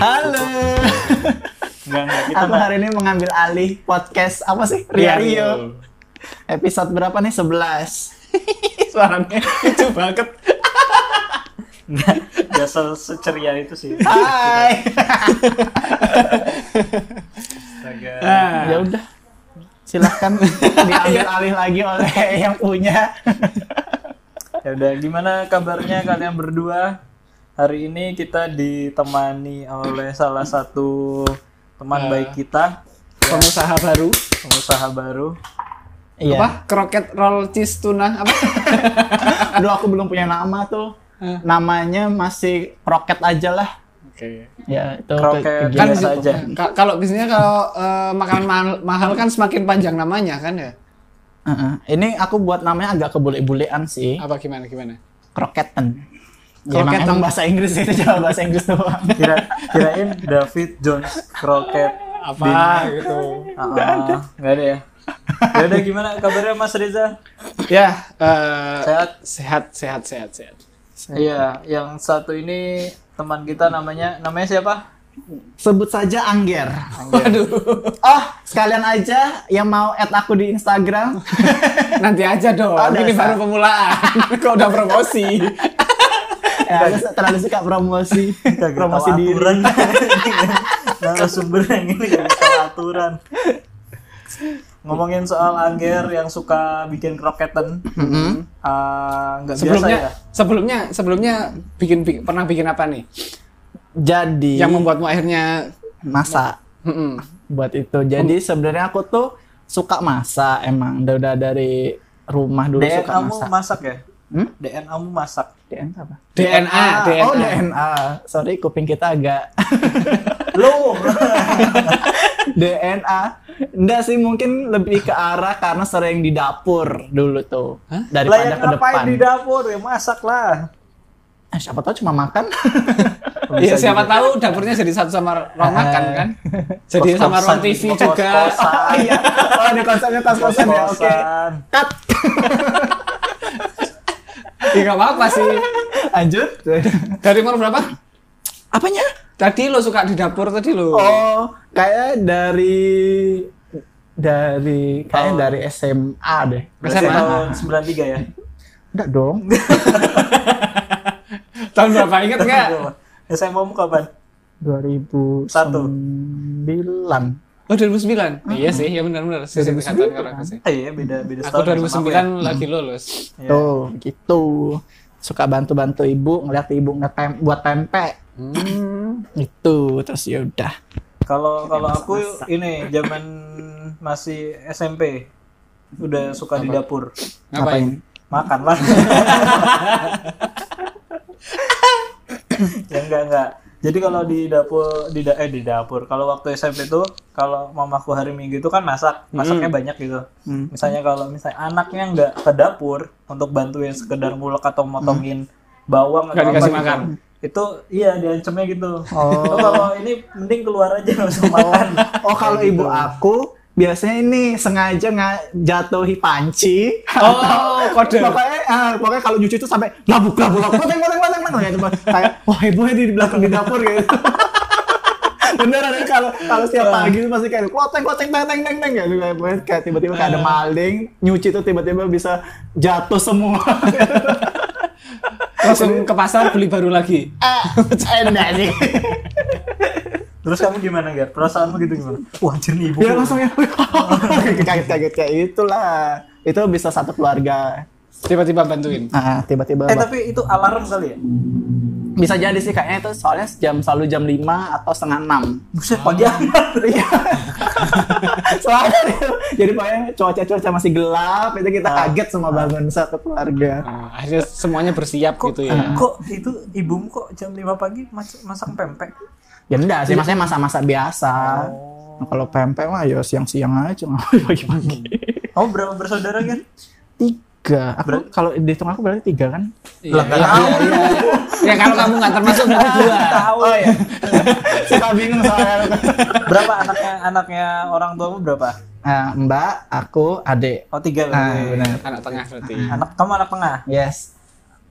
Halo. Enggak, enggak, kita Iya, Aku nggak- hari ini mengambil alih podcast apa sih? Ria Rio. Episode berapa nih? 11. Suaranya lucu banget. Nggak, nggak se- seceria itu sih. Hai. Astaga. ya udah. Silahkan Iya. diambil alih lagi oleh yang punya. Ya udah, gimana kabarnya kalian berdua? Hari ini kita ditemani oleh salah satu teman baik kita, pengusaha baru pengusaha baru. Ya. Iya. apa kroket roll cheese tuna apa Aduh aku belum punya nama tuh. Namanya masih Roket aja lah. Oke. Kan Ya, itu Kroket. kegiatan. Biasa aja. Kan Ka- kalau biasanya kalau eh, makanan mahal, mahal kan semakin panjang namanya kan ya Heeh. Ini aku buat namanya agak kebule-bulean sih. apa gimana gimana Kroketan. Ya, emang, Kroketan. emang bahasa Inggris itu cuma bahasa Inggris doang. Kira kirain David Jones Crockett apa gitu Enggak ada. Enggak ada ya. Ya udah gimana kabarnya Mas Reza? ya eh, Sehat? sehat sehat sehat sehat Iya, yang satu ini teman kita namanya namanya siapa? Sebut saja Angger. Waduh. Oh, sekalian aja yang mau add aku di Instagram. nanti aja dong Oh, ini dasar. baru pemulaan kok udah promosi ya, aku terlalu suka promosi. gitu, promosi diri. aturan. Nah, sumber yang ini gak bisa aturan. Ngomongin soal Angger yang suka bikin kroketen, ah, nggak biasa sebelumnya ya? sebelumnya sebelumnya bikin, bikin- pernah bikin apa nih Jadi yang membuatmu akhirnya masak Mm-mm. buat itu. Jadi sebenarnya aku tuh suka masak emang. Udah, udah dari rumah dulu DNA suka kamu masak. masak ya? Hmm? DNA kamu masak. DNA apa? DNA DNA Oh, DNA. Sorry, kuping kita agak Lo DNA. Enggak sih, mungkin lebih ke arah karena sering di dapur dulu tuh. lah Daripada yang ke ngapain depan. di dapur ya masak lah. Eh, siapa tahu cuma makan. Iya siapa tahu dapurnya jadi satu sama ruang makan kan? Jadi Kos-kosan, sama ruang TV juga. kos-kosan. oh iya. Oh, ada konsepnya tas-tasan ya. Oke. Kos-kosan. Cut. Ya nggak apa-apa sih. Lanjut. Dari umur berapa? Apanya? Tadi lo suka di dapur tadi lo. Oh, kayak dari dari kayak Tahun. dari SMA deh. Berarti SMA. tahun 93 ya? Enggak dong. Tahun berapa inget nggak? Ya saya mau kapan? 2009. Satu. Oh 2009. Hmm. Iya sih, ya benar-benar. Sisi kesehatan kalau aku sih. Eh, Iya beda beda Aku setahun sama aku ya. 2009 lagi lulus. Iya. Tuh, gitu. Suka bantu-bantu ibu, ngeliat ibu ngeliat pem- buat pempek. Hmm. Itu terus ya udah. Kalau kalau aku ini zaman masih SMP udah suka di dapur. Ngapain? Makan lah. ya enggak enggak. Jadi kalau di dapur di da- eh di dapur kalau waktu SMP tuh kalau mamaku hari Minggu itu kan masak, masaknya Hmm. banyak gitu. Misalnya kalau misalnya anaknya enggak ke dapur untuk bantuin sekedar ngulek atau motongin bawang Hmm. Nggak atau apa dikasih gitu. makan. Itu iya diancamnya gitu. Oh. kalau ini mending keluar aja nggak usah makan. Oh, kalau ibu aku biasanya ini sengaja nggak jatuhi panci. Oh kode. Pokoknya, eh, pokoknya kalau nyuci itu sampai labuk labuk labuk mateng mateng mateng mateng ya cuma kayak wah hebohnya di belakang di dapur gitu. Beneran ya, kalau kalau setiap pagi itu pasti kayak kloteng kloteng teng teng teng teng gitu kayak pokoknya kayak tiba-tiba kayak ada maling nyuci itu tiba-tiba bisa jatuh semua. Langsung ke pasar beli baru lagi. Ah, Enak sih. Terus kamu gimana, Gar? Perasaanmu gitu gimana? Wah, anjir nih ibu. Dia Iya, langsung ya kaget-kaget kayak itulah. Itu bisa satu keluarga. Tiba-tiba bantuin. Ah, tiba-tiba Eh, tapi itu alarm kali ya? bisa jadi sih kayaknya itu soalnya jam selalu jam 5 atau setengah 6 Buset, pagi amat. Iya. Soalnya itu- jadi pokoknya cuaca-cuaca masih gelap itu kita kaget sama bangun satu keluarga. Nah, akhirnya semuanya bersiap gitu ya. Kok itu ibumu kok jam 5 pagi mas- masak pempek? Ya enggak sih, maksudnya masa-masa biasa. Nah, kalau pempek mah ya siang-siang aja ngapain pagi-pagi. Kamu berapa bersaudara, kan? Gar? Tiga. Aku kalau dihitung aku berarti tiga kan? Iya, iya, iya. Ya kalau kamu nggak termasuk berarti dua. Tahu. ya. Suka bingung soalnya. Berapa anaknya anaknya orang tuamu berapa? Eh, mbak, aku, adik. Oh, tiga Nah, berarti. benar. Anak tengah berarti. Anak kamu anak tengah. Yes.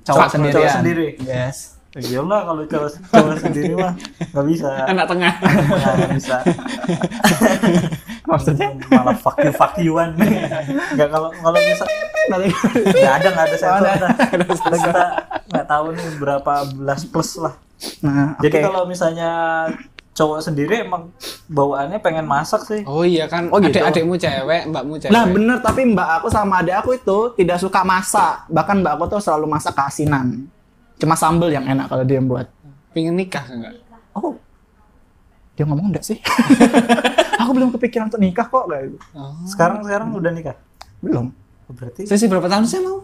cowok Cowok sendirian. sendiri. Yes. Iyalah Eh, iya kalau cowok cowok sendiri mah nggak bisa. Anak tengah. Nggak nggak bisa. Maksudnya? malah fuck you fuck youan. Nggak kalau kalau bisa nggak ada nggak ada sensor. Nah, Kita- kita nggak tahu nih berapa belas plus lah. Nah, oke. Jadi kalau misalnya cowok sendiri emang bawaannya pengen masak sih. Oh iya kan, Oh, gitu. adik-adikmu cewek, mbakmu cewek. Nah bener tapi mbak aku sama adik aku itu tidak suka masak bahkan mbak aku tuh selalu masak keasinan cuma sambel yang enak kalau dia yang buat Pengen nikah enggak? oh dia ngomong enggak sih aku belum kepikiran untuk nikah kok kayak gitu. Oh. Sekarang sekarang udah nikah. Oh, belum Berarti Sesi berapa tahun sih mau?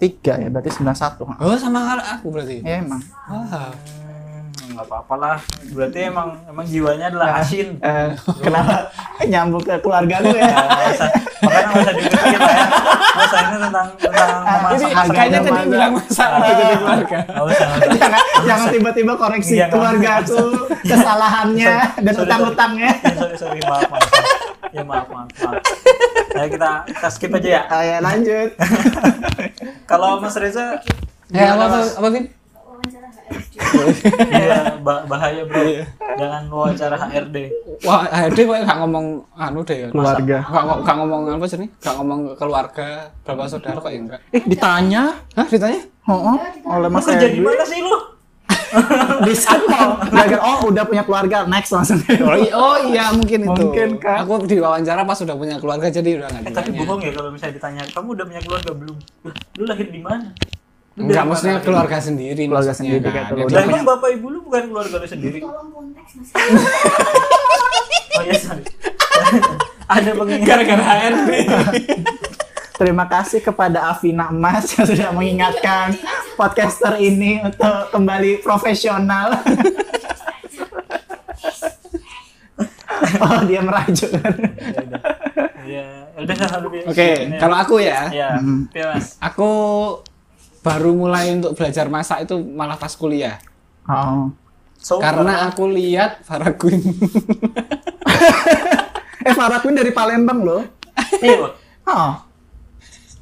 tiga ya berarti 91 Oh sama aku berarti. Ah. ya emang Wah. Hmm, nggak apa-apa lah. Berarti emang emang jiwanya adalah asin. Eh, kenapa nyambung ke keluarga lu ya Nggak usah- Makanya nggak usah dipikirin lah ya. Masalahnya tentang tentang Jadi, memasak. Masak-masak kayaknya yang tadi mana? bilang masalah Eh, jadi keluarga. Nggak usah. nggak usah. jangan, jangan tiba-tiba koreksi Iya, nggak keluarga aku kesalahannya dan Sorry, utang-utangnya Ya, sorry, sorry, maaf, maaf. Ya maaf, maaf, maaf. Ya, kita, kita skip aja ya. Ayo lanjut Kalau Mas Reza, Ya apa gimana, apa, Mas? apa Vin? wawancara HRD Iya, ba- bahaya bro. Jangan wawancara HRD. Wah, HRD kok nggak ngomong anu deh ya. Keluarga. Nggak ngo- nggak ngomong apa sih nih? Nggak ngomong keluarga, berapa saudara kok ya enggak? eh ditanya Hah, ditanya? oh, oh, oleh Mas Mas kerja Edi. di mana sih lu? di situ Gara-gara, oh udah punya keluarga next langsung Oh, i- oh iya mungkin itu. Mungkin, Kak. Aku diwawancara pas sudah punya keluarga jadi udah nggak Eh, tapi ditanya. bohong ya kalau misalnya ditanya, kamu udah punya keluarga belum? Lah, Lu lahir di mana? Lu dari Enggak, mana? maksudnya keluarga sendiri. Keluarga maksudnya, sendiri, kan. kata lo. Dia Lah Udah emang bapak ibu lu bukan keluarga lu sendiri? tolong konteks mas Oh iya, sorry. Ada pengingat. Gara-gara HRD. terima kasih kepada Afina Emas yang sudah mengingatkan podcaster ini untuk kembali profesional oh dia merajuk Iya, udah kan lebih. Oke, kalau aku ya, ya, ya mas. aku baru mulai untuk belajar masak itu malah pas kuliah. oh So, Karena aku lihat Farah Queen. eh Farah Queen dari Palembang loh Iya, Bang. oh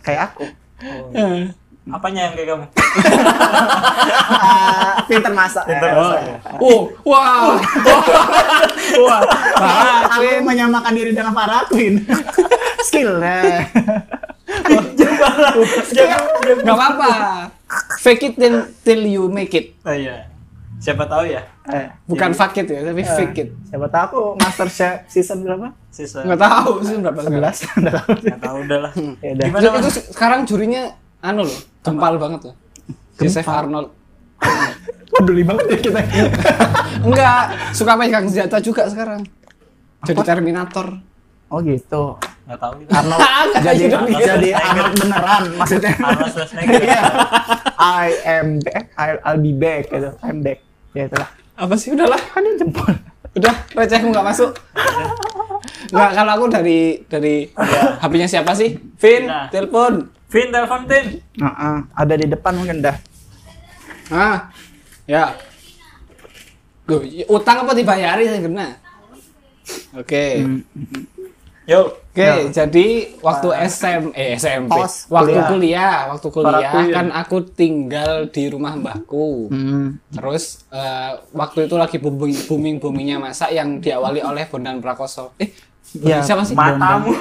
kayak aku Oh, apanya yang kayak kamu? Ah, pinter masak Pintar masak ya? Oh, wow. Wah, aku menyamakan diri dengan Farah Queen skill eh. Jangan, jangan. Gak apa-apa. Fake it till, till you make it. Oh iya. Siapa tahu ya Eh. Bukan fuck it ya, Iya. tapi fake it. Siapa tahu aku Master Chef season berapa? sisa. Gak tahu sih berapa sekarang. 11. Nggak tahu. Nggak tahu udahlah. Ya udah. Gimana Itu mas? sekarang jurinya anu loh, gempal banget loh. Joseph Arnold. Peduli banget ya kita. Enggak, suka pegang senjata juga sekarang. Jadi Terminator. Oh gitu. Nggak tahu itu. Arnold Nggak Oh. jadi tahu juga. jadi Arnold beneran maksudnya. Arnold Schwarzenegger. Iya. I am back. I'll, I'll be back gitu. I'm back. Ya itulah. Apa sih udahlah. Kan dia jempol. Udah, recehmu nggak masuk. Nggak, kalau aku dari dari ya, HP-nya siapa sih? Vin, Nah. telepon. Vin telepon Vin. Nah, ah, ada di depan mungkin dah. Ah, ya. Loh, i- utang apa dibayari yang kena? Oke, Hmm. Yo. oke. Jadi waktu SM, eh SMP, Nah. Pos, waktu kuliah. kuliah. waktu kuliah kan aku tinggal di rumah mbahku. Hmm. Terus eh, waktu itu lagi booming booming boomingnya masak yang diawali oleh Bondan Prakoso. Eh, Ya, siapa sih? Matamu.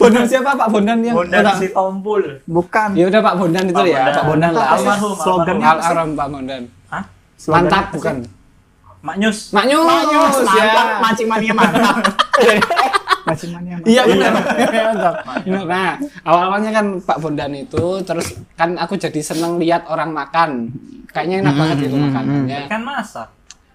Bondan siapa Pak Bondan yang? Bondan Bondan. si Tompul. Bukan. Ya udah Pak Bondan itu Pak ya, Bondan. Pak Bondan lah. Apa sih Almarhum, slogannya? Al Aram Pak Bondan. Hah? Slogannya Mantap apa sih? bukan? Maknyus. Maknyus, Manyus, Oh, mantap, ya. mancing mania mantap. mancing mania mantap. Iya benar. Mantap. Benar. Nah, awal-awalnya kan Pak Bondan itu terus kan aku jadi seneng lihat orang makan. Kayaknya enak banget itu makanannya. Kan masak.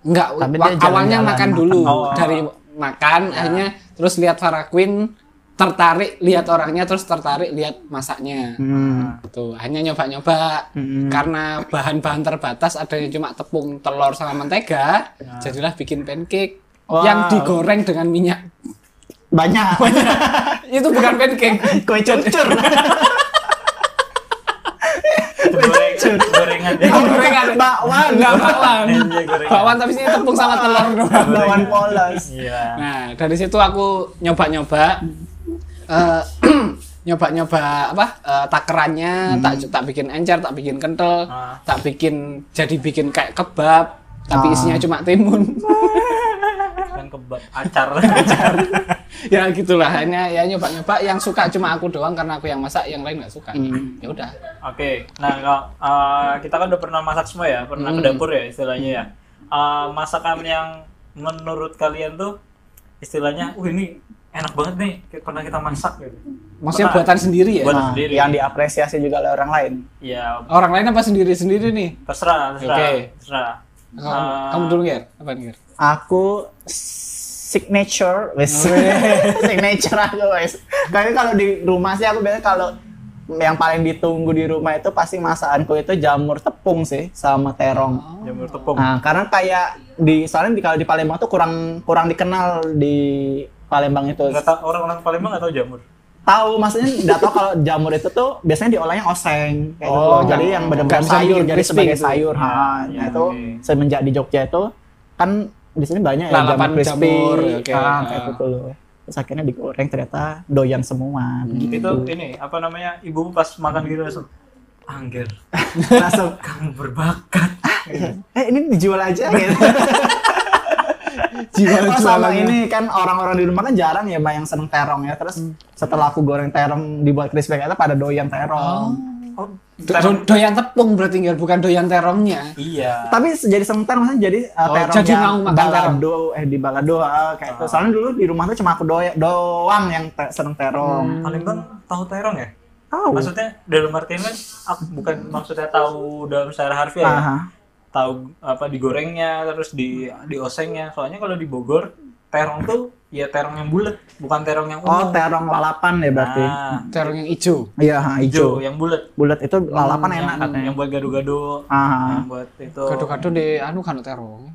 Enggak, Tapi wa- dia jalan-jalan awalnya makan makan. dulu Oh. dari makan akhirnya terus lihat Farah Queen tertarik lihat orangnya terus tertarik lihat masaknya. Hmm. Tuh, hanya nyoba-nyoba karena bahan-bahan terbatas ada yang cuma tepung, telur sama mentega, jadilah bikin pancake Wow. yang digoreng dengan minyak. Banyak. Itu bukan pancake. Kue cucur. Goreng, gorengan ya. Gorengan. Bakwan. Enggak bakwan. Iya, gorengan. Bakwan tapi sini tepung sama telur doang. Bakwan polos. Iya. Mm. Nah, dari situ aku nyoba-nyoba eh, nyoba-nyoba apa eh, takerannya, tak tak bikin encer, tak bikin kental, Ah. tak bikin jadi bikin kayak kebab, tapi Ah. isinya cuma timun. kan kebab acar ya gitulah hanya ya nyoba-nyoba yang suka cuma aku doang karena aku yang masak, yang lain nggak suka. Hmm. Ya udah. Oke, nah kalau eh, kita kan udah pernah masak semua ya, pernah ke Hmm. dapur ya istilahnya ya. Eh, masakan yang menurut kalian tuh istilahnya, uh ini enak banget nih, kayak pernah kita masak gitu. Maksudnya Pernah. buatan sendiri ya. Buat- Nah, sendiri. yang diapresiasi juga oleh orang lain. Ya Orang lain apa sendiri-sendiri nih? terserah, terserah, Oke. terserah. Kamu, Ah. kamu dulu ya, apa nih? Ger? Aku signature, wes. signature aku wes. Kayaknya kalau di rumah sih aku biasanya kalau yang paling ditunggu di rumah itu pasti masakanku itu jamur tepung sih sama terong. Jamur tepung. Ah. Nah, karena kayak di soalnya di, kalau di Palembang tuh kurang kurang dikenal di Palembang itu. Nggak tahu orang-orang Palembang nggak tahu jamur. Tahu maksudnya nggak tahu kalau jamur itu tuh biasanya diolahnya oseng kayak gitu Oh, loh. Jadi nggak- yang benar-benar nggak bisa sayur, bikin jadi crispy sebagai gitu. sayur. Ya, ha. ya, nah, itu oke. iya. semenjak di Jogja itu kan di sini banyak ya Lalapan jamur, oke. ah, kayak Ah. gitu loh. Terus akhirnya digoreng ternyata doyan semua. Hmm. Itu ini apa namanya? Ibu pas makan gitu langsung Angger, Langsung kamu berbakat. eh ini dijual aja gitu. Jiwa Oh, sama jualannya. ini kan orang-orang di rumah kan jarang ya mbak yang seneng terong ya. Terus setelah aku goreng terong dibuat crispy itu pada doyan terong. Oh, Do- do- doyan tepung berarti Ger, bukan doyan terongnya. iya. Tapi jadi seneng terong maksudnya jadi uh, Oh, terong jadi yang mau makan balado eh di balado ah, kayak itu. Soalnya dulu di rumah tuh cuma aku doya, doang yang te- seneng terong. Palembang tahu terong ya? Tahu. Hmm. Maksudnya dalam artian kan ap- bukan maksudnya tahu dalam secara harfiah ya. Aha. tahu apa digorengnya terus di diosengnya soalnya kalau di Bogor terong tuh ya terong yang bulat bukan terong yang Oh, ungu terong lalapan ya berarti. nah Terong yang hijau. Iya, ha, hijau hijau. yang bulat Bulat itu lalapan yang, enak katanya. yang buat gado-gado Aha. yang buat itu Gado-gado di anu kan terong.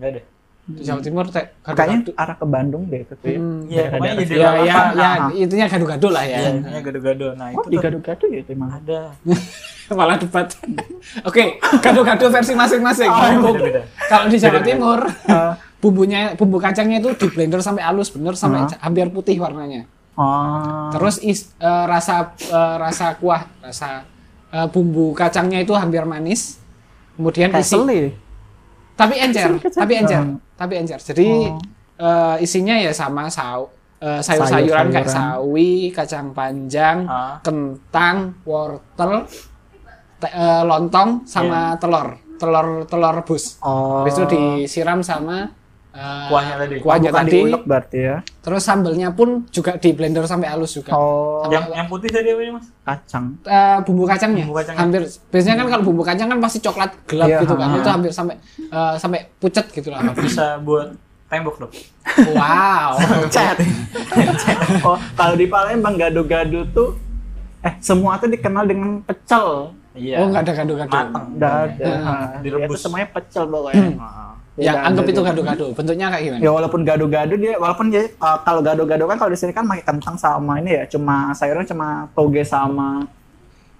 enggak deh Di Jawa Hmm. Timur teh Kayaknya arah ke Bandung deh itu. ya. Hmm. ya pokoknya jadi Ya, ya, lalapan. ya, Ah. Hmm. intinya gado-gado lah Iya, ya. namanya gado-gado nah Kok itu di tuh gado-gado ya itu emang? ada Malah debat. Oke, gado-gado versi masing-masing. Ah, iya, beda-beda. Kalau di Jawa Timur, Eh, bumbunya bumbu kacangnya itu di blender sampai halus bener sampai Ah. hampir putih warnanya. oh. Terus is- eh, rasa eh, rasa kuah, rasa eh, bumbu kacangnya itu hampir manis. Kemudian kayak isi seli. tapi encer, Kecil, kecil. tapi encer, Hmm. tapi encer. Jadi Oh. eh, isinya ya sama sau eh, sayur-sayuran kayak Sayur-sayuran. sawi, kacang panjang, Ah. kentang, wortel, te- eh, Iya. lontong sama telur, telur telur rebus. Oh. Habis itu disiram sama eh, Kuahnya tadi. Kuahnya Bukan tadi. diulek berarti ya. Terus sambelnya pun juga di blender sampai halus juga. Oh, yang yang putih tadi apa ini mas kacang. Eh, bumbu kacangnya Bumbu kacangnya. hampir biasanya kan kalau bumbu kacang kan pasti coklat gelap Iya, gitu kan ha. itu hampir sampai eh, sampai pucet gitu lah bisa buat tembok dong wow Cet. Cet. oh, kalau di Palembang gado-gado tuh eh semua tuh dikenal dengan pecel. iya Oh nggak ada gado-gado. matang Udah ada. Hmm. Nah, Direbus. Itu semuanya pecel pokoknya. Ah. Yang Beda Hmm. Ya, anggap dari- itu gado-gado. Bentuknya kayak gimana? Ya walaupun gado-gado dia walaupun dia eh, kalau gado-gado kan kalau di sini kan pakai kentang sama ini ya, cuma sayurnya cuma toge sama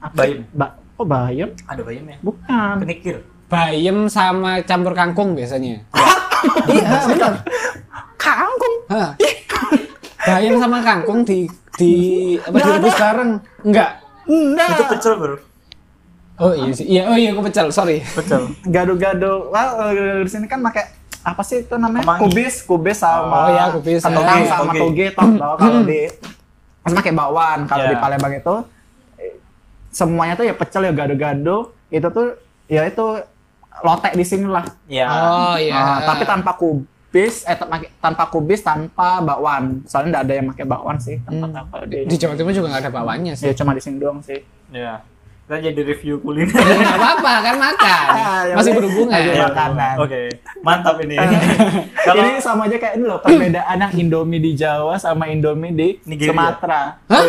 apa? Ah, Bayam. Ba- oh, bayam? ada bayamnya Bukan. kenikir Bayam sama campur kangkung biasanya. Iya, benar. Kangkung. Hah. Bayam sama kangkung di di apa Nggak direbus ada. bareng? Enggak. Enggak. itu pecel bro Oh iya sih. Iya, oh iya aku pecel, sorry. pecel gado-gado wah kalau gado-gado di sini kan pakai apa sih itu namanya Kemangi. kubis kubis sama Oh, iya, kubis. kentang Toge, sama toge. toge toh toh. kalau di terus pakai bakwan kalau Ya. Iya. di Palembang itu eh, semuanya tuh ya pecel ya gado-gado itu tuh ya itu lotek di sini lah ya Oh iya. Ah, tapi tanpa kubis eh tanpa, tanpa kubis tanpa bakwan soalnya nggak ada yang pakai bakwan sih tempat apa di, Hmm. di Jawa Timur juga nggak ada bawangnya sih. ya cuma di sini doang sih Ya. Kita jadi review Iya. kuliner. Enggak apa-apa, kan makan. Ah, yang Masih penting- berhubungan. Ayo. Ya, Makanan. Ah. Oke. Mantap ini. Ini Kalau sama aja kayak ini loh perbedaan yang Indomie di Jawa sama Indomie di ya? Nigeria. Sumatera. Hah?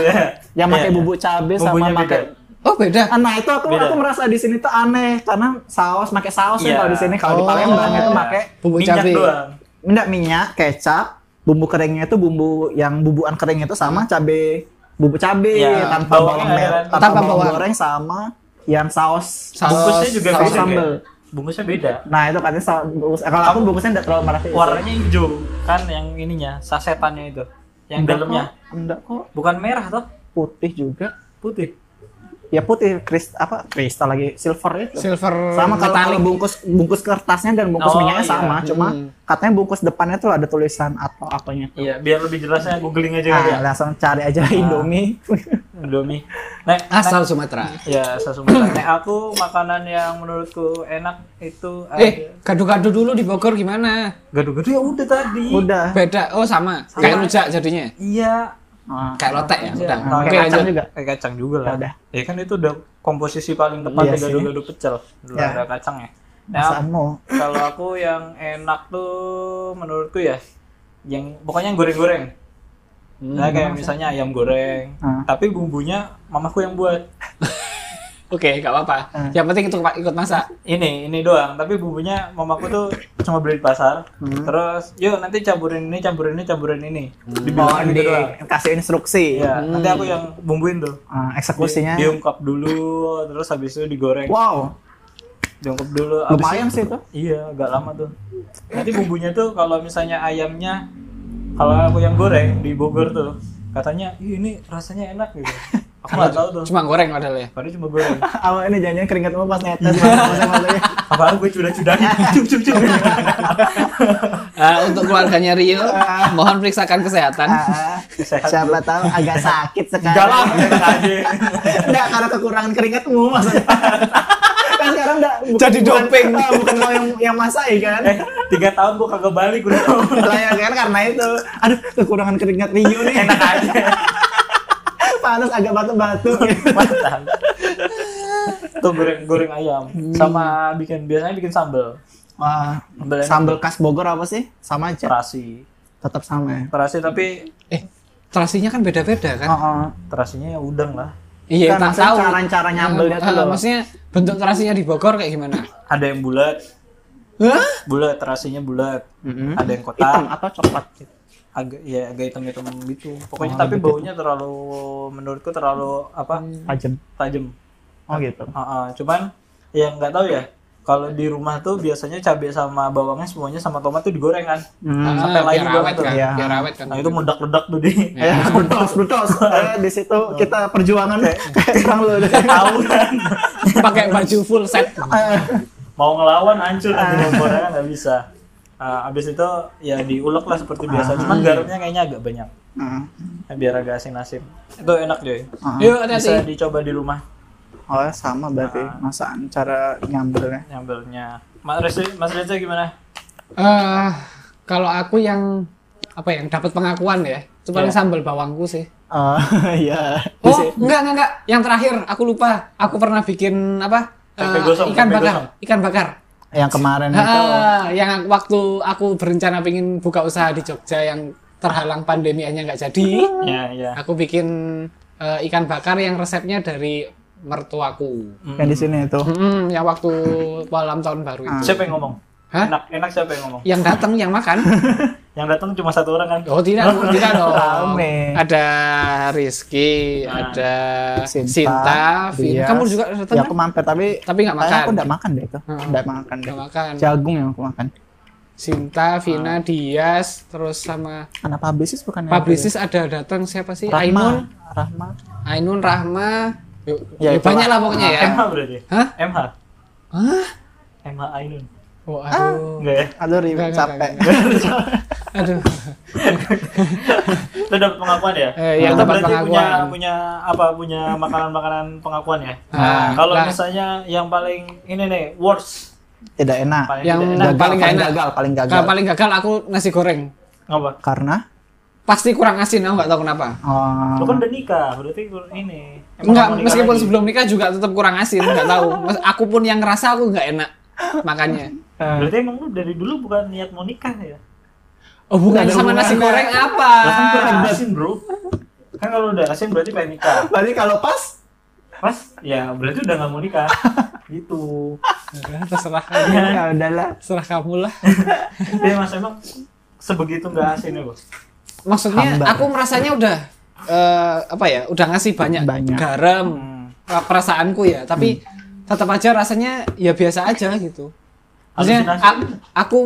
Yang pakai Iya. bubuk cabe Bumbunya sama beda. pakai Oh beda. Ah, Nah, itu aku Beda. aku merasa di sini tuh aneh karena saus pakai saus ya Iya. kalau di sini kalau di Oh. Palembang itu pakai Bumbu minyak cabai. doang. enggak minyak, kecap, bumbu keringnya itu bumbu yang bubuan kering itu sama cabe bubuk cabe Iya. tanpa Bawangnya bawang nggak ada merah, kan? tanpa, Tanpa bawang bawang. goreng sama yang saus Saus, Bungkusnya juga saus beda. sambal. ya? Bungkusnya beda. Nah, itu katanya saus bungkus. eh, Kalau aku bungkusnya enggak terlalu merasa Warnanya hijau kan yang ininya, sasetannya itu. Yang dalamnya. enggak kok. Bukan merah toh? putih juga. Putih. Ya putih kris apa kristal lagi silver ya? itu. Silver sama kalau kalau bungkus bungkus kertasnya dan bungkus Hmm. Oh, minyaknya iya. sama, cuma Hmm. katanya bungkus depannya tuh ada tulisan atau apanya. Iya, biar lebih jelasnya googling aja kali ya. Ah, langsung cari aja Indomie. Indomie. Nek, asal Sumatera. Ya, sasumber. Nek aku makanan yang menurutku enak itu Iya. ada Eh, gado-gado dulu di Bogor gimana? gado-gado ya udah tadi. Udah. Beda. Oh, sama. Kayak rujak jadinya. Iya, Ah, Kayak lotek ya. Iya. Udah. Sama Oke, kayak lanjut. kacang juga. kayak Eh, kacang juga lah. Udah. Ya kan itu udah komposisi paling tepat Iya di sih. gado-gado pecel. Dulu Ya. ada kacangnya. Nah, Perasaanmu. kalau aku yang enak tuh menurutku ya yang pokoknya yang goreng-goreng. Hmm. nah, kayak misalnya ayam goreng, Ah. tapi bumbunya mamaku yang buat. Oke, nggak apa-apa. Hmm. Yang penting itu ikut masak. Ini, ini doang, tapi bumbunya mamaku tuh cuma beli di pasar. Hmm. Terus, yuk nanti campurin ini, campurin ini, campurin ini. Oh, Hmm. Dibilangin di gitu doang. kasih instruksi. Iya, nanti aku yang bumbuin tuh. Ah, eksekusinya. diungkap dulu, terus habis itu digoreng. Wow, Diungkep dulu. habis lumayan itu- sih itu. Iya, agak lama tuh. Nanti bumbunya tuh kalau misalnya ayamnya kalau aku yang goreng di Bogor tuh katanya "Ih, ini rasanya enak gitu. Aku nggak tahu tuh. Cuma goreng padahal ya. Padahal cuma goreng. Awal ini janjian keringat lu pas netes Iya. masing-masing. Apa gue cudah-cudahin? Cuk cuk cuk. Eh, untuk keluarganya Rio, mohon periksakan kesehatan. Ah, Sehat Siapa tahu agak sakit Enggak lah, sekarang. enak aja. Enggak, karena kekurangan keringatmu maksudnya. kan sekarang enggak Jadi doping. Bukan, ah, bukan kau yang yang masak ya kan. Eh, tiga tahun gue kagak balik udah. Lah ya kan karena itu. Aduh, kekurangan keringat Rio nih. Enak aja. Panas agak batu-batu. Mantap. Tuh goreng goreng ayam sama bikin biasanya bikin sambel. Wah, Sambel enak. sambal khas Bogor apa sih? Sama aja. terasi. Tetap sama ya. Terasi tapi Eh, terasinya kan beda-beda kan? Heeh. terasinya ya udang lah. Iya, Kan tak Oh. maksudnya tahu. cara-cara nyambelnya tuh Eh, loh. Maksudnya bentuk terasinya di Bogor kayak gimana? Ada yang bulat, Hah? bulat terasinya bulat. Ada yang kotak, Hitam atau coklat gitu. agak ya agak hitam-hitam gitu. Pokoknya tapi baunya terlalu menurutku terlalu apa? Tajam. tajam. Oh gitu. Ah, ah. cuman yang nggak tahu ya. Kalau di rumah tuh biasanya cabai sama bawangnya semuanya sama tomat tuh digoreng kan. Hmm. Sampai Ah, lain biar juga awet tuh. kan? Iya. Biar awet kan? Nah itu meledak-ledak tuh di Eh, brutos, brutos. Eh, di situ kita perjuangan Eh. kayak sekarang lu. tahu kan. Pakai baju full set. Eh. Mau ngelawan hancur nanti ngomongnya nggak bisa. Ah, abis itu ya diulek lah seperti biasa. Cuman garamnya kayaknya agak banyak. Heeh. Ya, biar agak asin-asin. Itu enak, Joy. ah. Yuk, Bisa hati-hati. dicoba di rumah Oh sama berarti Ah. masakan cara nyambelnya. nyambelnya. Mas Reza, Mas Reza gimana? Eh, kalau aku yang apa yang dapat pengakuan ya, itu paling Iya. sambal bawangku sih. Oh iya. Oh, enggak enggak enggak. Yang terakhir aku lupa. Aku pernah bikin apa? Tempe eh, gosong, ikan tempe bakar, gosong. ikan bakar. Yang kemarin itu. Ah, yang aku- waktu aku berencana pengen buka usaha di Jogja yang terhalang pandemi hanya nggak jadi, Ya, ya. aku bikin eh, ikan bakar yang resepnya dari mertuaku. Hmm. Yang di sini itu. Mm-mm, Hmm, yang waktu malam tahun baru itu. Siapa yang ngomong? Hah? Enak, enak siapa yang ngomong? Yang datang yang makan. Yang datang cuma satu orang kan? Oh tidak, tidak dong. Rame. Ada Rizky, Nah. ada Sinta, Sinta, Vin. Dias. Kamu juga datang Ya kan? aku mampir tapi Tapi kayaknya nggak makan. Aku udah makan deh itu. Heeh. Udah makan deh. Nggak makan. Jagung yang aku makan. Sinta, Vina, Dias, terus sama Anak publicis bukan? yang Publicis ada datang siapa sih? itu? Nah, Rahma. Ainun, Rahma. Ainun Rahma. Yuk, Ya, ya, itulah. banyak lah pokoknya ya. MH berarti? Hah? MH? Hah? MH Ainun? Oh, aduh. Enggak ya? Aduh ribet, Nggak, nggak, capek. Aduh. Itu dapat pengakuan ya? Eh, iya, Itu dapat berarti punya pengakuan. punya apa? Punya makanan-makanan pengakuan ya? Ah, Kalau lah. misalnya yang paling ini nih, worst Tidak enak. paling Yang tidak enak Gagal, paling nggak enak. gagal, paling gagal. Kalau nah, paling gagal aku nasi goreng. apa? Karena Pasti kurang asin, aku nggak tahu kenapa. oh, Lo kan udah nikah, berarti ini. Emang Enggak, mau nikah meskipun lagi? sebelum nikah juga tetap kurang asin, nggak tahu. Mas- Aku pun yang ngerasa aku nggak enak makanya. Eh, Berarti emang lu dari dulu bukan niat mau nikah ya? Oh, bukan Nggak ada sama nasi hubungannya. goreng apa? Lah kan Ah. kurang asin bro. Kan kalau udah asin berarti pengen nikah. berarti kalau pas Pas ya berarti udah nggak mau nikah. gitu. Ya, terserah, ya udahlah. terserah kamu lah. Tapi Eh, mas emang sebegitu nggak asin ya bos? Maksudnya Hambar. aku merasanya udah eh, apa ya? Udah ngasih banyak, Banyak. Hmm. garam Hmm. pra- perasaanku ya, tapi tetap aja rasanya ya biasa aja gitu. Maksudnya Halusinasi. a- aku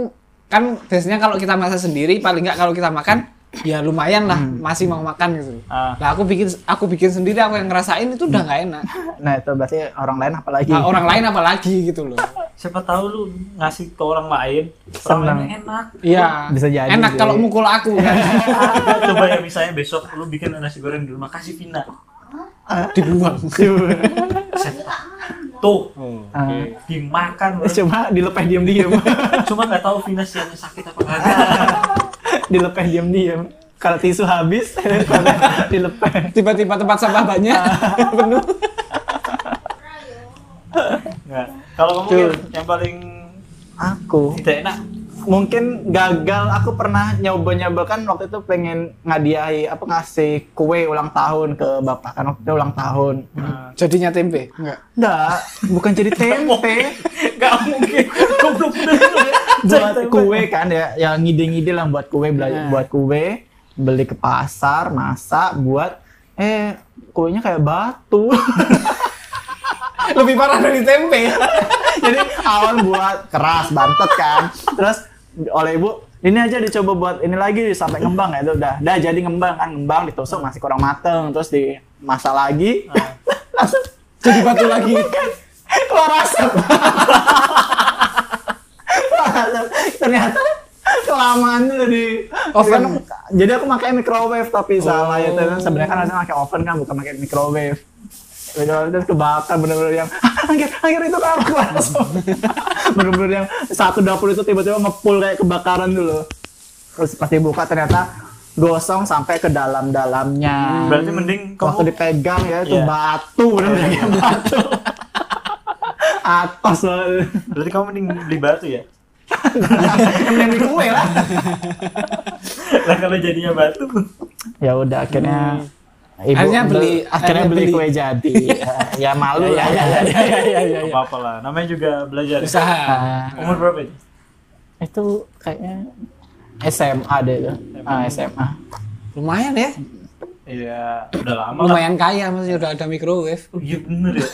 kan biasanya kalau kita masak sendiri paling nggak kalau kita makan ya lumayan lah Hmm. masih mau makan gitu Ah. lah aku bikin aku bikin sendiri aku yang ngerasain itu udah nggak enak Nah itu berarti orang lain apalagi. nah, orang lain apalagi gitu loh Siapa tahu lu ngasih ke orang lain, Seneng. orang lain enak. iya Bisa jadi enak sih. kalau mukul aku kan. Coba ya misalnya besok lu bikin nasi goreng di rumah kasih Vina. Ah. dibuang Tuh, oh. Ah. dimakan. Eh, Bro. Cuma dilepeh diam-diam. Cuma nggak tahu Vina siangnya sakit apa enggak. dilepeh diam-diam. Kalau tisu habis, dilepeh. tiba-tiba tempat sampah banyak Ah. penuh Nggak. Kalau kamu Tuh. Gil, yang paling Aku tidak enak mungkin gagal aku pernah nyoba nyoba kan waktu itu pengen ngadiahi apa ngasih kue ulang tahun ke bapak kan waktu itu ulang tahun Hmm. Nah, jadinya tempe enggak enggak bukan jadi tempe nggak mungkin goblok bener buat kue kan ya ya ngide-ngide lah buat kue bela- buat kue beli ke pasar masak buat eh kuenya kayak batu lebih parah dari tempe jadi awal buat keras bantet kan terus oleh ibu ini aja dicoba buat ini lagi sampai ngembang ya itu udah udah jadi ngembang kan ngembang ditusuk masih kurang mateng terus dimasak lagi langsung jadi batu lagi keluar asap Keluar asap. ternyata kelamaan tuh di Oven. Kan, jadi aku pakai microwave tapi salah ya ternyata Oh. sebenarnya kan harusnya pakai oven kan bukan pakai microwave dan kebakar bener-bener yang akhir akhir itu kan keluar asap bener-bener yang satu dapur itu tiba-tiba ngepul kayak kebakaran dulu terus pas dibuka ternyata gosong sampai ke Ya. dalam-dalamnya berarti mending waktu kamu dipegang ya itu Iya. batu benar-benar kayak batu atas banget. berarti kamu mending beli batu ya Yang mending di kue lah lah kalau jadinya batu ya udah akhirnya ibu Akhirnya beli, akhirnya akhirnya beli beli. kue jadi ya, ya malu lah ya, iya. apa apa lah namanya juga belajar usaha Ah, umur berapa itu itu kayaknya SMA deh itu ah, SMA lumayan ya iya udah lama lah lumayan kaya maksudnya udah ada microwave Oh, iya bener ya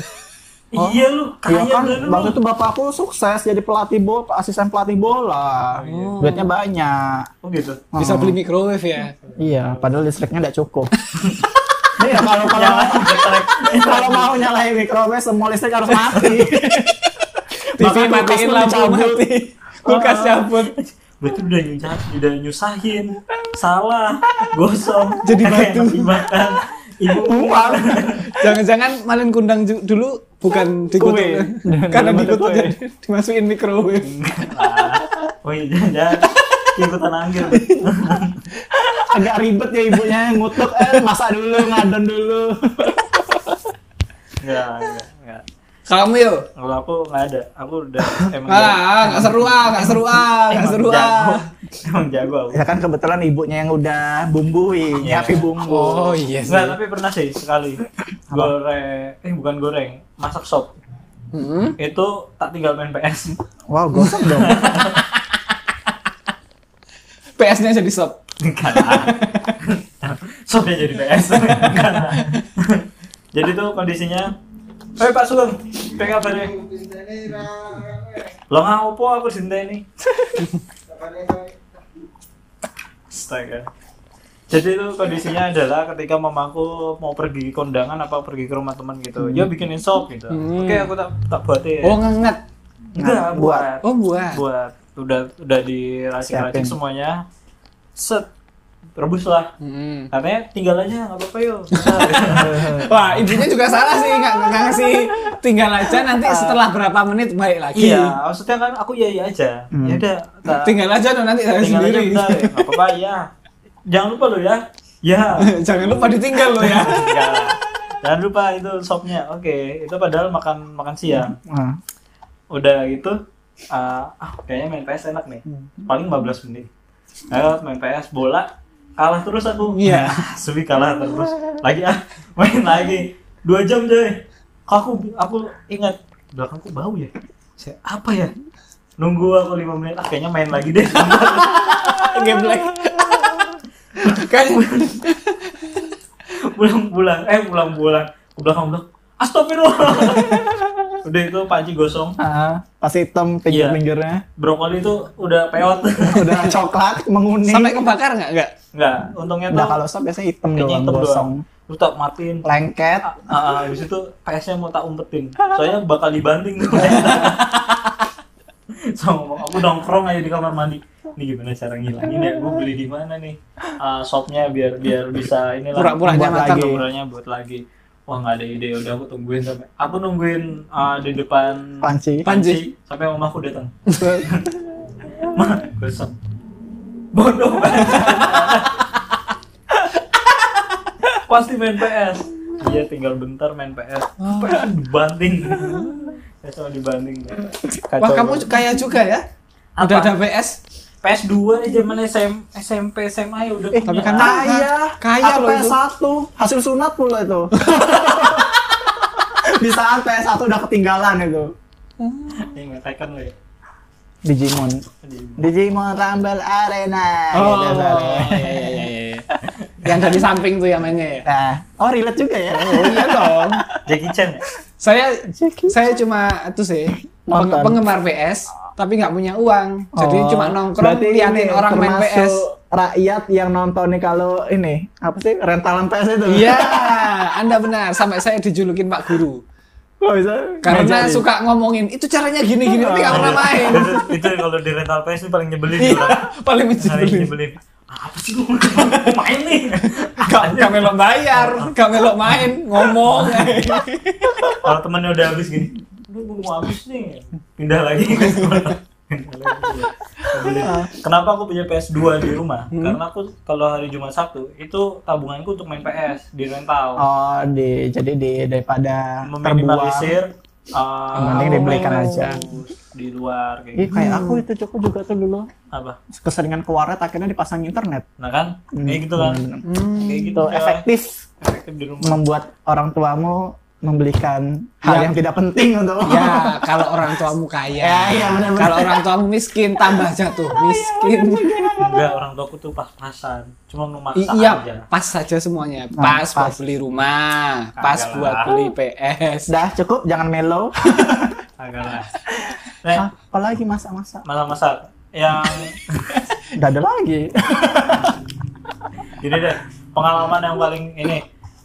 iya Iya lu kaya kan, bener lu waktu itu bapakku sukses jadi pelatih bola, asisten pelatih bola. Oh, Duitnya banyak. oh gitu bisa beli microwave ya Iya, padahal listriknya nggak cukup. Iya, kalau kalau Nyalain jelek. kalau mau nyalain microwave semua listrik harus mati. TV Bahkan kulkas matiin pun lampu dicabut. mati kulkas cabut berarti udah nyusah udah nyusahin salah gosong Jadi Kayak batu. enak dimakan ibu Buang. jangan-jangan malin kundang ju- dulu bukan Kue. dikutuk karena Daripada dikutuk kue. jadi dimasukin microwave Lah. oh iya jangan, jangan ikutan angin Agak ribet ya ibunya ngutuk, eh masak dulu, ngadon dulu. enggak enggak enggak kamu yuk kalau aku nggak ada aku udah emang jago. ah nggak seru ah nggak seru ah nggak Emang seru jago. ah emang jago aku Ya kan kebetulan ibunya yang udah bumbui, Iya. nyiapin bumbu. oh iya sih Enggak, tapi pernah sih sekali goreng eh bukan goreng masak sop Mm-mm. itu tak tinggal main PS Wow, gosok dong. PS-nya jadi sop enggak lah. sopnya jadi PS enggak lah. jadi tuh kondisinya eh Pak Sugeng pengen apa nih lo nggak opo aku cinta ini Astaga. Jadi itu kondisinya adalah ketika mamaku mau pergi kondangan apa pergi ke rumah teman gitu, ya bikinin sop gitu. Hmm. Oke, aku tak tak buatin. oh ngenget Enggak, buat. oh buah Buat udah udah Siapin. diracik-racik semuanya. Set. Rebus lah. Mm-mm. Katanya tinggal aja nggak apa-apa yuk. Wah, ibunya juga salah sih, nggak nggak ngasih tinggal aja nanti setelah berapa menit baik lagi. iya, maksudnya kan aku iya iya aja. Ya udah, tak- Hmm. Tinggal aja dong nanti saya tinggal aja sendiri. bentar, ya, nggak apa-apa ya. Jangan lupa lo ya. Ya. Jangan lupa ditinggal lo ya. Enggak. Jangan lupa itu sopnya. Oke, itu padahal makan makan siang. Nah, Udah gitu, eh, ah kayaknya main PS enak nih. Paling 15 menit. Ayo main PS bola kalah terus aku. Iya. Ah, Subi kalah terus. Lagi ah main lagi. Dua jam deh. Aku aku ingat belakangku bau ya. Saya, apa ya? Nunggu aku lima menit, ah, kayaknya main lagi deh. Geblek. Kayaknya pulang pulang eh pulang pulang ke belakang belakang astagfirullah udah itu panci gosong Ah, pasti hitam pinggir-pinggirnya. brokoli itu udah peot Udah coklat, menguning. Sampai kebakar nggak? Nggak. nggak untungnya tuh Nah, kalau sop biasanya hitam kayaknya doang, hitam gosong. doang. Terus tak matiin Lengket. Ah, ah, habis itu PS-nya mau tak umpetin. Soalnya bakal dibanting tuh. so, aku nongkrong aja di kamar mandi. Ini gimana cara ngilangin ya? Gue beli di mana nih? Ah, shopnya biar biar bisa inilah. Pura-puranya buat makan. lagi. Pura-puranya buat lagi. Wah nggak ada ide. Udah aku tungguin sampai. Aku nungguin ah, di depan Panci. panci sampai mamaku datang. Eh, Ma, gosok. Bodoh banget. Pasti main PS. Iya, tinggal bentar main PS. PS dibanting. Saya sama dibanting. Eh, Kacau Wah kamu banget. kaya juga ya? Apa? Udah ada PS? PS2 nih zaman SM, SMP SMA ya udah Eh, punya. tapi kan- Ah, Kaya, Kaya Aku loh itu. PS1, hasil sunat pula itu. Di saat PS1 udah ketinggalan itu. ini nggak Tekken lo ya. Digimon. Digimon Rumble Arena. gitu, soalnya. iya, iya, iya, iya. Yang dari samping tuh yang mainnya ya. Nah, oh relate juga ya. iya dong. Jackie Chan ya? Saya saya cuma itu sih peng- Nonton. penggemar PS tapi nggak punya uang. Jadi Oh, cuma nongkrong berarti ini liatin orang main termasuk PS. rakyat yang nontonnya kalau ini apa sih rentalan PS itu Iya, Anda benar. Sampai saya dijulukin Pak Guru Kok Oh, bisa karena ngajarin? suka ngomongin itu caranya gini-gini tapi nggak pernah main. Itu, itu kalau di rental PS itu paling nyebelin. Iya, orang. paling Paling menjadi nyebelin. Apa sih gue main nih? Gak, gak melok bayar, gak melok main, ngomong. kalau temennya udah habis gini udah gue mau habis nih pindah lagi ke sana. Pindah lagi. Beli. Kenapa aku punya PS2 di rumah? Karena aku kalau hari Jumat Sabtu itu tabunganku untuk main PS di rental. oh di jadi di daripada terbuang Meminimalisir uh, Yang penting dibelikan main aja. terus di luar kayak Iya gitu. kayak aku itu cukup juga tuh dulu Apa? keseringan ke warnet akhirnya dipasang internet Nah kan? Kayak gitu kan. Kayak gitu itu coy. efektif efektif di rumah. membuat orang tuamu membelikan hal Ya. yang tidak penting untuk Ya, kalau orang tuamu kaya. Ya, iya, benar-benar. Kalau orang tuamu miskin, tambah jatuh miskin. iya. Enggak, orang tuaku tuh pas-pasan. Cuma memaksa I- iya, aja. pas saja semuanya. Nah, Pas, pas. buat beli rumah, pas Kagak buat lah. beli PS. Dah cukup jangan melo Agak lah. Nek, Ah, apalagi masak-masak masa-masa yang Udah ada lagi Gini deh, pengalaman yang paling ini.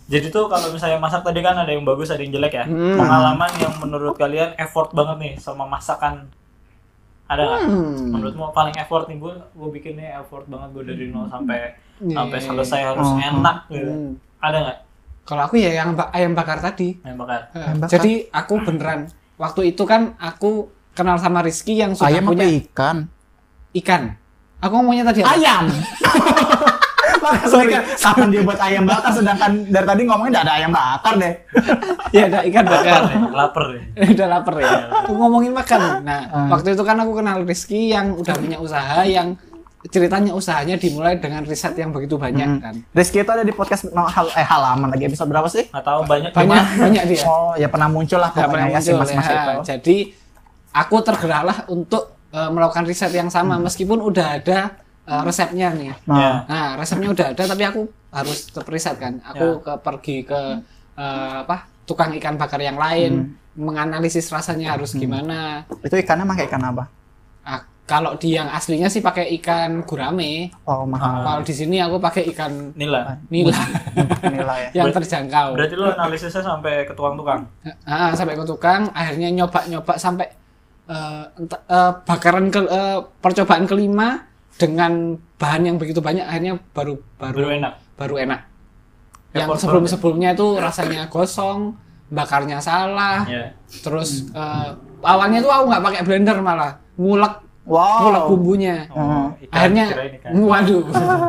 Jadi tuh kalau misalnya masak tadi kan ada yang bagus, ada yang jelek ya. Hmm. Pengalaman yang menurut kalian effort banget nih sama masakan ada nggak? Hmm. Menurutmu paling effort nih gue, gue bikinnya effort banget gue dari nol sampai Iya. sampai selesai harus Oh. enak gitu. Hmm. Ada nggak? Kalau aku ya yang ba- ayam bakar tadi. Nembakan. Eh, bakar. Jadi aku beneran waktu itu kan aku kenal sama Rizky yang sudah ayam apa punya ikan ikan. Aku ngomongnya tadi apa? ayam. Sorry, kapan dia buat ayam bakar sedangkan dari tadi ngomongnya nggak ada ayam bakar deh. Ya, ada ikan bakar. Lapar deh, lapar deh. udah lapar Iya. ya. Aku ngomongin makan. Nah, Hmm. waktu itu kan aku kenal Rizky yang udah punya usaha yang ceritanya usahanya dimulai dengan riset yang begitu banyak Hmm. kan. Rizky itu ada di podcast no, hal, eh halaman lagi episode berapa sih? Nggak tahu banyak Banyak gimana. banyak dia. Oh ya pernah muncul lah Iya. Nggak pernah pokoknya ya si muncul, mas-mas ya. itu. Jadi aku tergeraklah untuk eh, melakukan riset yang sama Hmm. meskipun udah ada eh, resepnya nih. Ya. Nah, Nah, resepnya udah ada tapi aku harus tetap riset kan. Aku ke, pergi ke eh, apa? tukang ikan bakar yang lain, menganalisis rasanya harus gimana. itu ikannya pakai ikan apa? Ah, kalau di yang aslinya sih pakai ikan gurame. Oh mahal. Kalau di sini aku pakai ikan Nila. nila Nilai ya. yang terjangkau. Berarti lo analisisnya sampai ke tukang-tukang. Ah, sampai ke tukang, akhirnya nyoba-nyoba sampai eh, ent- eh, bakaran ke eh, percobaan kelima dengan bahan yang begitu banyak akhirnya baru baru Baru enak. baru enak. Ya, Yang korban. sebelum-sebelumnya itu rasanya gosong, bakarnya salah, Ya. terus eh, awalnya tuh aku nggak pakai blender malah ngulek ngulek Wow. bumbunya. Oh, ikan, Hmm. akhirnya kirain ikan. waduh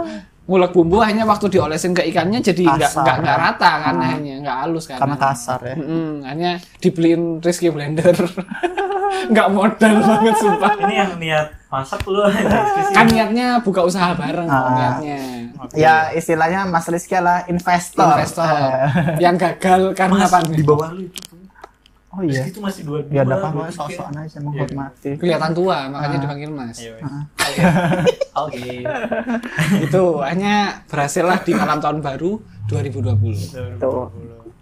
ngulek bumbu akhirnya waktu diolesin ke ikannya jadi nggak Kasar. nggak nggak rata kan Hmm. akhirnya nggak halus kan Karena kasar ya. Mm-mm, akhirnya dibeliin Rizky blender nggak modal banget sumpah Ini yang niat masak lo. kan niatnya buka usaha bareng Ah. niatnya Ya istilahnya Mas Rizky adalah investor. investor Eh, yang gagal Mas, karena apa di bawah lu itu. Oh Terus iya. itu masih dua dua. Ya ada apa dua tiga. sosokan aja Iya. menghormati. kelihatan tua makanya dipanggil mas Ayo, ayo. Ah. Oke. itu hanya berhasil lah di malam tahun baru 2020 Tuh.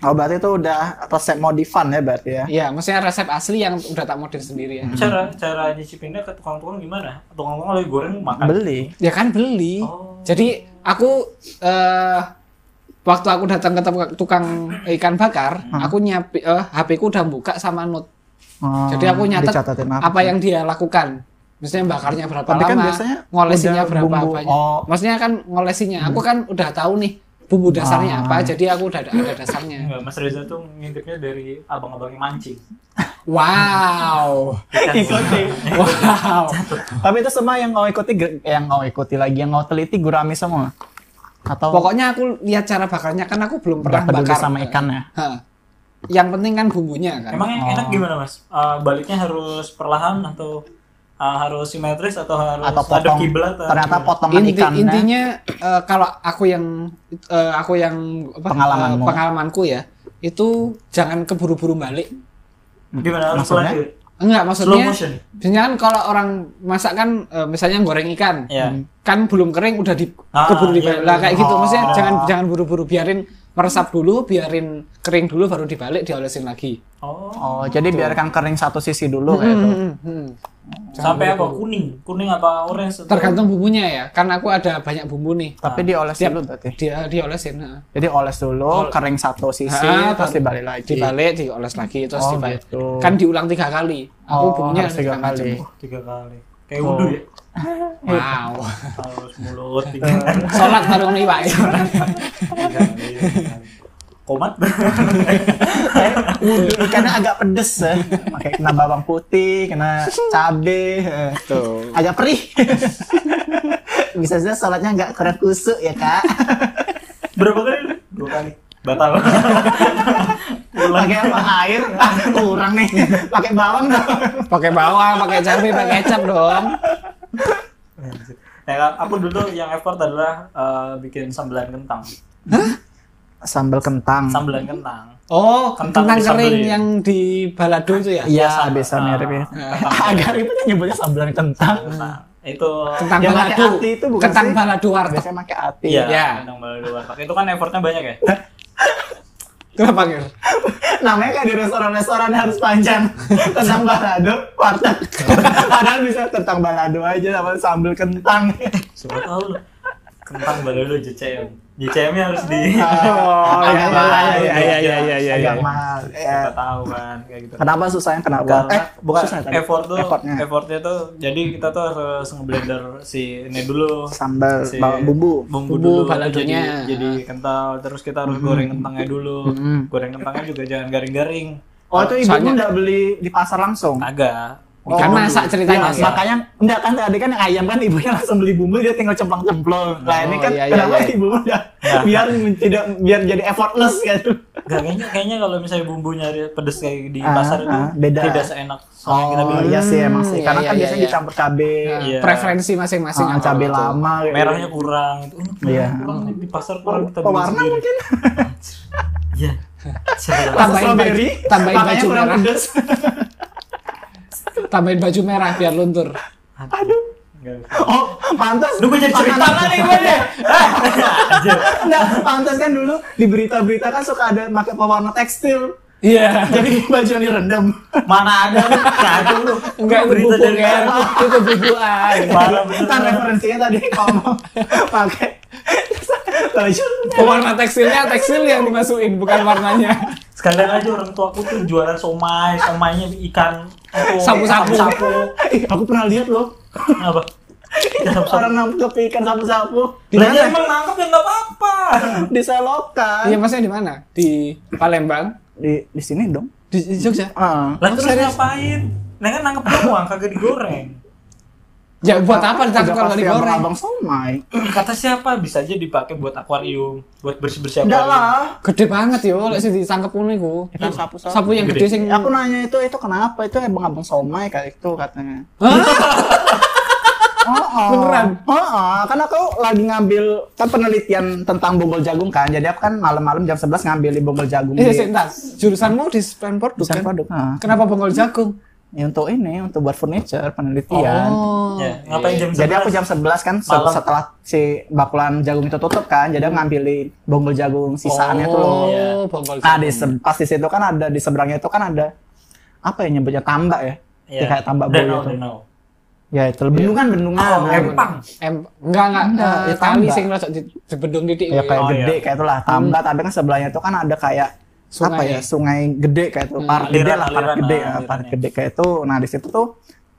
Oh, berarti itu udah resep modifan ya berarti ya. Iya, maksudnya resep asli yang udah tak modif sendiri ya. Cara cara nyicipinnya ke tukang-tukang gimana? Tukang-tukang lagi goreng makan. Beli. Ya kan beli. Oh. Jadi aku eh waktu aku datang ke tukang- tukang ikan bakar, Hmm. aku nyapi eh, HP ku udah buka sama note. Oh, Jadi aku nyatet dicatatin apa, yang dia lakukan. Maksudnya bakarnya berapa Tapi kan lama, biasanya ngolesinya udah berapa bumbu- apanya. oh. Maksudnya kan ngolesinya, aku kan udah tahu nih bumbu Ah. dasarnya apa, jadi aku udah ada, ada dasarnya. Enggak, Mas Reza tuh ngintipnya dari abang-abang yang mancing. Wow. Iya, Ikutin. Wow. Tapi itu semua yang mau ikuti ge- yang mau ikuti lagi yang mau teliti gurami semua. Atau Pokoknya aku lihat cara bakarnya kan aku belum nggak pernah peduli bakar. sama ikan ya. Heeh. Yang penting kan bumbunya kan. Emang yang enak gimana mas? Eh, baliknya harus perlahan atau eh, harus simetris atau harus Atau ada potong. kiblat? atau Ternyata gimana? potongan Inti- ikannya. intinya eh, kalau aku yang eh, aku yang apa, Pengalamanmu. eh, pengalamanku ya itu jangan keburu-buru balik. Gimana harus Hmm, Maksudnya? pelan gitu? Enggak Slow maksudnya. motion. Biasanya kan kalau orang masak kan eh, misalnya goreng ikan Ya. kan belum kering udah di Ah, iya, keburu dibalik lah iya. kayak gitu maksudnya Oh. jangan jangan buru-buru biarin meresap dulu biarin kering dulu baru dibalik diolesin lagi Oh. Oh, jadi biarkan kering satu sisi dulu gitu. kayak itu. Hmm, hmm. Jangan Sampai apa? buru-buru. Kuning. Kuning apa orange? atau- tergantung bumbunya ya karena aku ada banyak bumbu nih Tapi dioles Siap. dulu berarti. dia diolesin heeh. Jadi oles dulu, kering satu sisi, Ah, terus baru- dibalik lagi. dibalik dioles lagi terus Oh, dibalik gitu. kan diulang tiga kali aku Oh, bumbunya harus tiga macam. kali. Oh, tiga kali. Kayak wudhu ya? wow Harus mulut tiga kali. sholat baru niwa Tiga kali, tiga kali. Komat? Wudu, ikannya Eh, agak pedes ya. Pakai kena bawang putih, kena cabe, eh, tuh agak perih. Bisa saja saladnya agak kurang kusuk ya kak. Berapa kali? Dua kali. Batal. Pulang. Pakai apa air? Ah, kurang nih. Pakai bawang dong. pakai bawang pakai cabai pakai kecap dong Nah, aku dulu yang effort adalah eh, bikin sambelan kentang. Sambal kentang. Sambelan kentang. oh Kentang kentang, disambelin. kering yang di balado itu ya ya? Iya, sambal. bisa mirip ya. Ah, Agak ribet ya nyebutnya sambelan kentang. Nah, itu kentang Yang pakai balado hati itu bukan kentang sih? balado warteg Biasanya pakai ati. iya, Iya. kentang balado warteg. Itu kan effortnya banyak ya? kenapa gitu Namanya kayak di restoran-restoran harus panjang. Tentang balado, warteg. Padahal bisa tentang balado aja sama sambal kentang. Siapa tahu loh. Kentang balado JCM. JCM-nya harus di Oh, iya, iya, iya, iya, iya, iya, iya. mahal. Ya. Kita tahu kan kayak gitu. Kenapa susahnya kenapa? Karena Eh, bukan susahnya tadi. effort tuh Effortnya. effortnya tuh jadi kita tuh harus ngeblender si ini dulu Sambal, si bawang bumbu. bumbu, Bumbu dulu jadi, baladonya. jadi kental terus kita harus Mm-hmm. goreng kentangnya dulu Mhm. goreng kentangnya juga jangan garing-garing Oh, itu ibu Soalnya- nggak beli di pasar langsung. agak Kan masak ceritanya, Iya, makanya enggak kan tadi kan yang ayam kan ibunya langsung beli bumbu dia tinggal cemplang-cemplung. Nah, ini kan iya, iya, kenapa iya. ibu udah biar tidak biar jadi effortless gitu. Gak, kayaknya kayaknya kalau misalnya bumbunya ada pedes kayak di Ah, pasar itu ah, beda. tidak seenak soalnya kita bikin iya sih emang sih. Iya, Karena iya, kan iya, biasanya iya. dicampur cabe, Nah, Iya. preferensi masing-masing ah, apa cabe gitu. lama gitu. merahnya kurang itu Iya. di pasar kurang kita bikin pewarna sendiri. mungkin. Iya. Siapa tahu. Tambahin Strawberry, baju- tambahin makanya baju kurang merah. pedes. tambahin baju merah biar luntur aduh Nggak bisa. Oh, pantas. Lu gua jadi cerita Makanan- lagi gua deh. Anjir. Nah, pantas kan dulu di berita-berita kan suka ada pakai pewarna tekstil. iya Jadi baju yang direndam. mana ada lu kacau lu enggak itu berita dari bubukan itu bubukan Parah bener. Ntar Kan referensinya tadi ngomong pakai baju. pewarna tekstilnya tekstil yang dimasukin bukan warnanya sekalian aja orang tua aku tuh jualan somai somainya ikan itu Sapu-sapu. sapu Ih, Iya, aku pernah lihat loh apa ikan Iya, sapu-sapu orang nangkep ikan sapu-sapu. Lah, Di ya emang nangkep ya nggak apa-apa iya diselokan. maksudnya di mana di Palembang Di di sini dong. di, di Jogja Ah. lah terus ngapain nah kan nangkep doang kagak digoreng ya buat apa Udah ditangkap kalau pasti digoreng Abang somai. kata siapa bisa aja dipakai buat akuarium buat bersih-bersih Enggak akuarium lah. gede banget yo lek sing ditangkep ngono iku Ikan sapu-sapu. Iya. sapu yang gede Gede. sing Aku nanya itu itu kenapa itu emang abang somai kayak itu katanya. Oh, oh. Beneran? Oh, oh. karena aku lagi ngambil kan penelitian tentang bonggol jagung kan. Jadi aku kan malam-malam jam 11 ngambil di bonggol jagung. Iya, di- sih, entar. Jurusanmu di Span Produk Desain kan? produk. Nah. Kenapa bongol jagung? Ya, untuk ini untuk buat furniture penelitian. Oh. Ya, ngapain jam Jadi aku jam 11 kan se- Malam. setelah si bakulan jagung itu tutup kan, jadi aku ngambilin bonggol jagung sisaannya tuh loh. Iya. Oh, bonggol Nah, di se- jagung. pas di situ kan ada di seberangnya itu kan ada apa ya nyebutnya tambak ya? Iya. Ya, kayak tambak bol danau, gitu. danau. Ya itu bendungan bendungan. Oh, Nah, empang. Em, enggak enggak, Enggak, eh, ya tali tambak. sing rasa di, dibendung titik. Hmm. ya kayak Oh, iya. gede kayak itulah tambak, tapi kan sebelahnya itu kan ada kayak Sungai. apa ya sungai gede kayak itu Hmm. parit gede Aliran, lah parit aliran, gede ah, ya, parit alirannya. gede kayak itu nah di situ tuh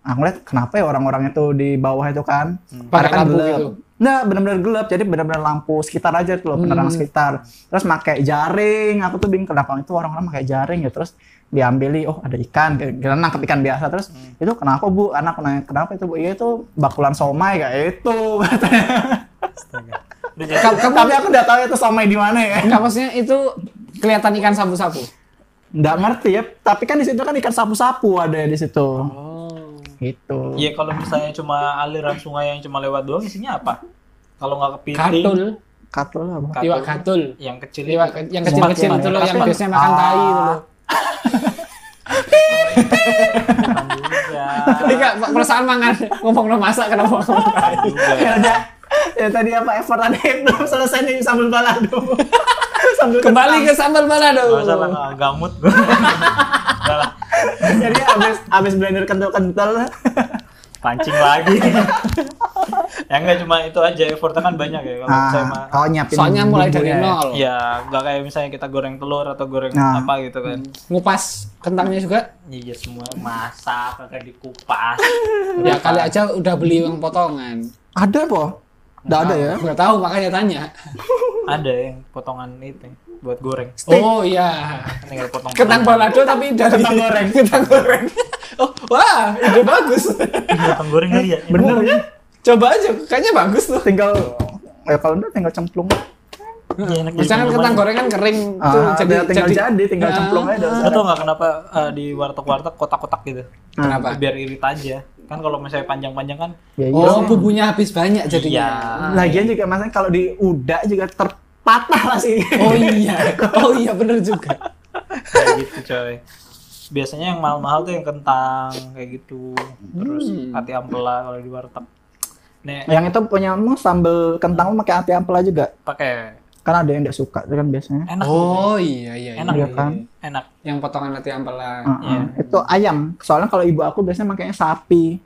aku lihat kenapa ya orang-orang itu di bawah itu kan Hmm. Karena Pakai kan lampu gelap. gitu. Nggak, benar-benar gelap. Jadi benar-benar lampu sekitar aja tuh loh, penerangan Hmm. sekitar. Terus pakai jaring. Aku tuh bingung kenapa itu orang-orang pakai jaring ya. Terus diambili, oh ada ikan, kita nangkep ikan biasa. Terus Hmm. itu kenapa bu? Anak nanya kenapa itu bu? Iya itu bakulan somai kayak itu. katanya. Udah jadi Kamu, kamu, Kan Tapi aku nggak tahu itu somai di mana ya. enggak maksudnya itu kelihatan ikan sapu-sapu. Nggak ngerti ya. Tapi kan di situ kan ikan sapu-sapu ada ya di situ. Oh. Gitu. Iya kalau misalnya cuma aliran sungai yang cuma lewat doang isinya apa? Kalau nggak kepiting, Gatul, Kata lah. Bang. Gatul. iwak gatul. Iya, yang kecil Iwak itu. yang kecil-kecil Sempat, itu loh ya. yang Tapi- biasanya makan Ah. tai itu loh. Bukan juga. Enggak, perasaan mangan ngomong no masak kenapa ngomong tai. Bukan juga. Ya udah. Ya tadi apa effort tadi belum selesai nih sambil balado. sambil Kembali kentang. ke sambal balado. Gak usah lah, nggak gamut. Udah lah, Jadi abis abis blender kental-kental. pancing lagi. ya nggak cuma itu aja, effortnya kan banyak ya. Kalau misalnya Nah, mah- kalau nyiapin Soalnya mulai dari bumbunya ya. nol. ya nggak kayak misalnya kita goreng telur atau goreng Nah. apa gitu kan. Ngupas kentangnya juga. Iya semua masak, kagak dikupas. Ya kali aja udah beli uang potongan. Ada po? Nggak ada ya? Enggak tahu makanya tanya. Ada yang potongan itu buat goreng. Oh iya. Tinggal potong. Kentang balado tapi dari kentang goreng. Kentang goreng. Oh, wah, ide bagus. Kentang goreng kali ya. Bener ya? Coba aja, kayaknya bagus tuh. Tinggal ya kalau enggak tinggal cemplung. Iya, enak jadi Misalkan minuman. kentang goreng kan kering Ah, tuh jadi, tinggal jadi, tinggal Ah, cemplung aja. Lo tau gak kenapa eh, di warteg-warteg kotak-kotak gitu? Kenapa? Biar irit aja. Kan kalau misalnya panjang-panjang kan Ah. Ya, iya. Oh, bumbunya habis banyak jadinya. Nah, Lagian juga masanya kalau di udah juga terpatah lah sih. Oh iya. Oh iya bener juga. kayak gitu coy. Biasanya yang mahal-mahal tuh yang kentang kayak gitu. Terus Hmm. ati ampela kalau di warteg. Nek Yang itu punya mu sambal kentang lu pakai ati ampela juga. pakai Karena ada yang nggak suka itu kan biasanya. enak. Oh iya iya. Enak Iya kan? Enak. Yang potongan hati ampela. Heeh. Ah, Itu ayam. Soalnya kalau ibu aku biasanya makanya sapi,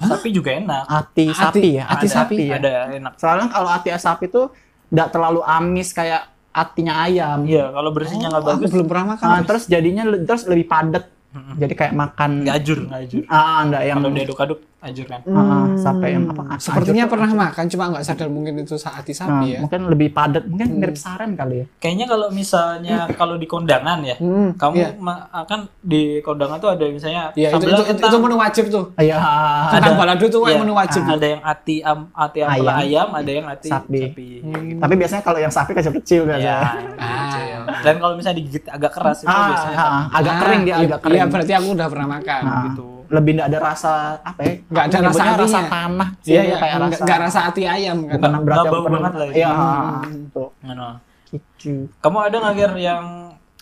Tapi juga enak. ati, sapi ya, ati Ada sapi ya. Ada enak. Soalnya kalau ati sapi tuh nggak terlalu amis kayak atinya ayam. Iya, kalau bersihnya nggak Oh, Aku bagus belum pernah makan. Ah, terus jadinya le- terus lebih padat. Jadi kayak makan Hmm. nggak ajur, nggak ajur. ah enggak yang Kalau diaduk-aduk ajur kan. ah, ah, sampai yang apa? ah, ajur Sepertinya tuh. pernah makan, cuma nggak sadar mungkin itu saat Ah, hati sapi ya. mungkin lebih padat, mungkin mirip sarem kali ya. Kayaknya kalau misalnya kalau di kondangan ya, Hmm, kamu iya. ma- kan di kondangan tuh ada misalnya Iya itu, sambelan itu, itu, kentang. itu menu wajib tuh. Iya. Kentang balado tuh Iya. menu wajib. ada yang ati am, ati ampela ayam. ada yang ati Sapi. sapi. Tapi biasanya kalau yang sapi kecil-kecil Iya. Ya. biasanya. Ah. Dan kalau misalnya digigit agak keras itu Ah, biasanya ah, agak Ah, kering dia iya, agak kering. Iya berarti aku udah pernah makan. Ah, gitu. Lebih enggak ada rasa apa ya? Nggak ada Aku rasa nyebutnya rasa atinya. tanah. sih, Iya, iya, kayak nggak- rasa. nggak rasa Hmm. hati ayam kan. Bukan Nggak berarti aku bau pernah- banget lah ya. Iya, ah, tuh. Ngono. Gitu. Kamu ada nggak Ger, yang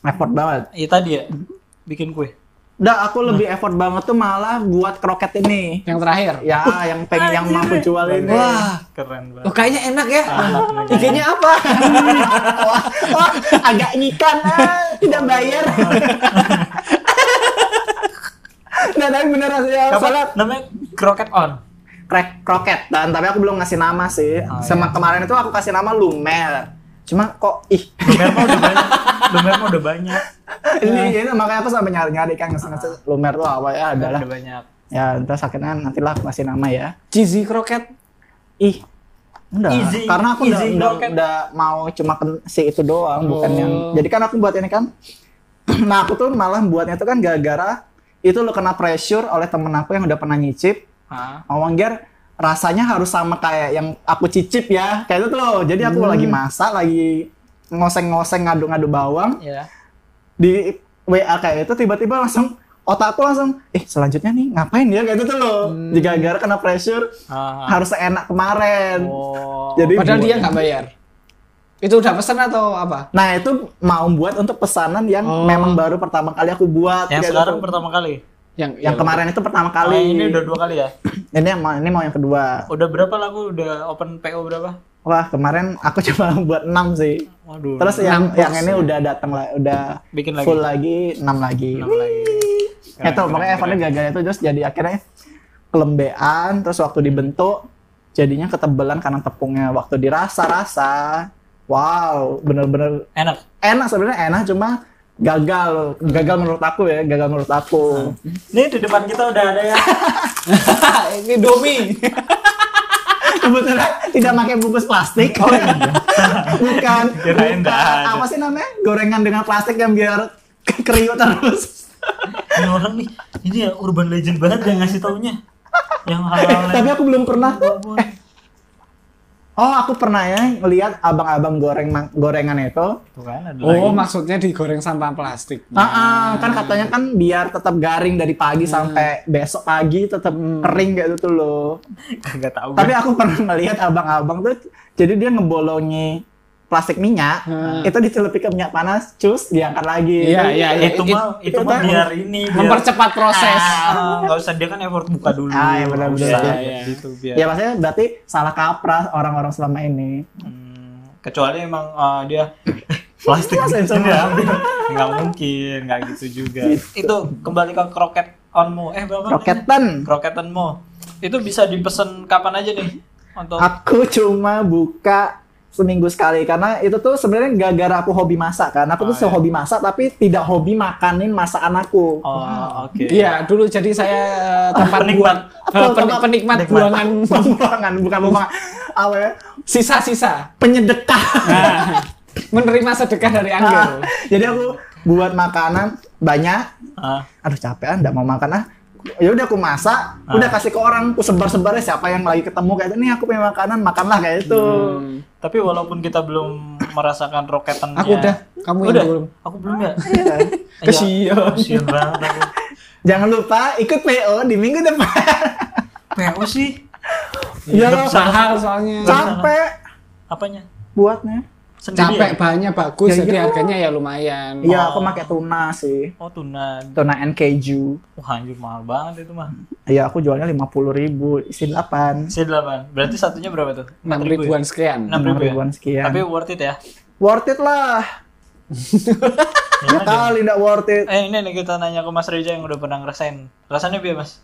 Effort banget. ya, tadi ya bikin kue? Udah, aku Nah. lebih effort banget tuh malah buat kroket ini. Yang terakhir. Ya, yang pengen yang mampu jual ini. Wah, Keren banget. oh, kayaknya enak ya. Enak nih. Tiganya apa? Wah, wah, agak ikan ah, tidak bayar. nah, tapi bener rasanya Apa? soalnya Namanya croquet on. crack kroket dan tapi aku belum ngasih nama sih. Oh, Sama kemarin itu aku kasih nama Lumer. Cuma kok ih Lumer mah udah banyak. Lumer mah udah banyak. ini, ini makanya aku sampai nyari-nyari kan ngasih Lumer tuh apa ya adalah Udah banyak. ya terus akhirnya nantilah aku kasih nama ya. Cheesy croquette. Ih Enggak, Easy- karena aku udah, easy udah, croquet. udah mau cuma ken- si itu doang, bukan Oh. yang. Jadi kan aku buat ini kan. Nah aku tuh malah buatnya tuh kan gara-gara itu lo kena pressure oleh temen aku yang udah pernah nyicip. Hah? Ngomong Ger, rasanya harus sama kayak yang aku cicip ya. Kayak itu tuh loh. Jadi aku lagi Hmm. masak, lagi ngoseng-ngoseng ngadu-ngadu bawang Ya. di WA kayak itu tiba-tiba langsung otakku langsung eh selanjutnya nih ngapain ya kayak itu tuh loh. Gara-gara kena pressure Hmm. Ah. harus enak kemarin. Oh. Jadi Padahal buat- dia nggak bayar. Itu udah pesan atau apa? Nah itu mau buat untuk pesanan yang Oh. memang baru pertama kali aku buat. yang kayak sekarang gitu. pertama kali. yang Yang ya, kemarin itu pertama Kali kali. ini udah dua kali ya. Ini yang mau ini mau yang kedua. Udah berapa lagu udah open PO berapa? Wah, kemarin aku cuma buat 6 sih. Waduh. Terus yang Enam yang pos, ini ya. udah datang lah, udah Bikin lagi. full lagi, 6 lagi. Enam lagi. Keren, itu makanya Evan gagal itu terus jadi akhirnya kelembean terus waktu dibentuk jadinya ketebelan karena tepungnya waktu dirasa-rasa wow bener-bener Enak. enak sebenarnya enak cuma gagal gagal menurut aku ya gagal menurut aku Ini di depan kita udah ada ya. ini domi kebetulan tidak pakai bungkus plastik bukan Oh, iya. Kirain bukan- dah ada. apa sih namanya gorengan dengan plastik yang biar kriuk terus Ini orang nih, ini ya urban legend banget yang ngasih taunya. Yang hal-hal Eh, tapi aku belum pernah Oh, aku pernah ya ngelihat abang-abang goreng mang- gorengan itu. Tuh kan ada oh maksudnya digoreng sampah plastik Ah, ah, kan katanya kan biar tetap garing dari pagi Hmm. sampai besok pagi tetap kering kayak gitu loh. Gak tau Tapi aku pernah ngelihat abang-abang tuh jadi dia ngebolongi plastik minyak, itu dicelupi ke minyak panas, cus diangkat lagi. Hmm. Iya, iya, iya. Eh, Itu It- mah itu itu mah kan biar ini biar- mempercepat proses Ah, nggak usah dia kan effort buka dulu. Ah, iya, benar, benar. Nggak usah, Iya, iya. Gitu biar. Ya maksudnya berarti salah kaprah orang-orang selama ini. Hmm, kecuali emang eh, dia plastik Masa yang sama? dia ambil. nggak mungkin nggak gitu juga itu kembali ke kroket onmu eh berapa namanya? Roketan. kroketanmu itu bisa dipesen kapan aja nih untuk Aku cuma buka seminggu sekali karena itu tuh sebenarnya gara-gara aku hobi masak kan. Aku tuh Oh, iya. hobi masak tapi tidak hobi makanin masakan aku. oh oke Iya, dulu jadi saya eh, tempat Penikmat. buang- eh, pen- penikmat Nikmat. buangan Pembuangan, bukan buangan apa ya sisa-sisa. penyedekah Nah, menerima sedekah dari Nah. Ah, Angel. jadi aku buat makanan banyak Ah, aduh capek ah nggak mau makan ah ya udah aku masak Ah. udah kasih ke orang aku sebar sebarnya siapa yang lagi ketemu kayak nih aku punya makanan makanlah kayak itu Hmm. tapi walaupun kita belum merasakan roketan Hmm. Aku Iya. udah, kamu yang udah belum. aku belum ya Kesian. Iya, kesian banget aku Iya. jangan lupa ikut PO di minggu depan PO sih Iya, Tetep sama- Mahal soalnya. capek apanya buatnya sendiri Capek ya? bahannya bagus, Ya, jadi iya. harganya ya lumayan. iya aku pakai tuna sih oh tuna tuna and keju wah anjir mahal banget itu mah Iya, aku jualnya lima puluh ribu isi delapan Saya delapan. Berarti satunya berapa tuh? 4.000 Enam ya? ribuan Iya. sekian. Enam ribu ya? ribuan sekian. Tapi worth it ya. worth it lah Iya, ya kali nggak worth it Iya, kan? Eh ini nih kita nanya ke Mas Reza yang udah pernah ngerasain. Rasanya biar Mas?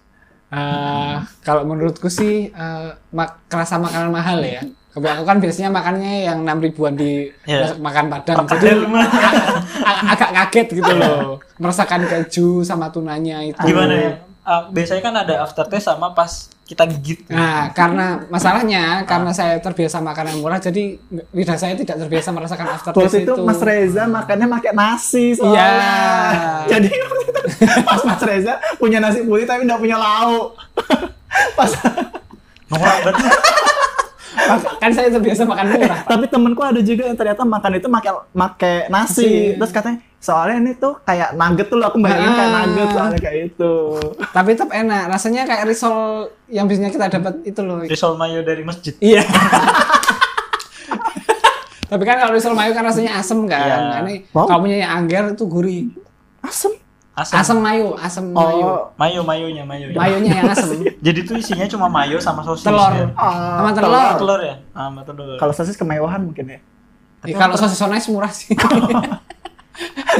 Eh, kalau menurutku sih eh, mak- kerasa makanan mahal ya. Kalau aku kan biasanya makannya yang enam ribuan di Iya. makan padang, jadi a- agak kaget gitu loh. Merasakan keju sama tunanya itu. Gimana ya? Ah, biasanya kan ada aftertaste sama pas kita gigit. Nah, karena masalahnya karena saya terbiasa makanan murah, jadi lidah saya tidak terbiasa merasakan aftertaste Waktu itu. itu Mas Reza makannya pakai nasi Iya. soalnya. Jadi pas Mas Reza punya nasi putih tapi nggak punya lauk. pas Norak banget. Mak- kan saya terbiasa makan murah. tapi temenku ada juga yang ternyata makan itu pakai pakai nasi. Nasi. Terus katanya soalnya ini tuh kayak nugget tuh loh aku bayangin kayak Ah. nugget soalnya kayak gitu." itu. Tapi tetap enak, rasanya kayak risol yang biasanya kita dapat itu loh. Risol mayo dari masjid. Iya. Tapi kan kalau risol mayo kan rasanya asem kan. Iya. Nah, Ini Wow. kalau punya yang angger itu gurih. Asem. Asam. Asem mayo, asem mayo. Oh. Mayo mayonya mayonya. Mayonya yang asem. Jadi tuh isinya cuma mayo sama sosis. Telur. ya? Ah, Sama telur. Ah, telur ya? Ah, sama telur. Kalau sosis kemewahan mungkin ya. Ya, kalau sosis onis murah sih.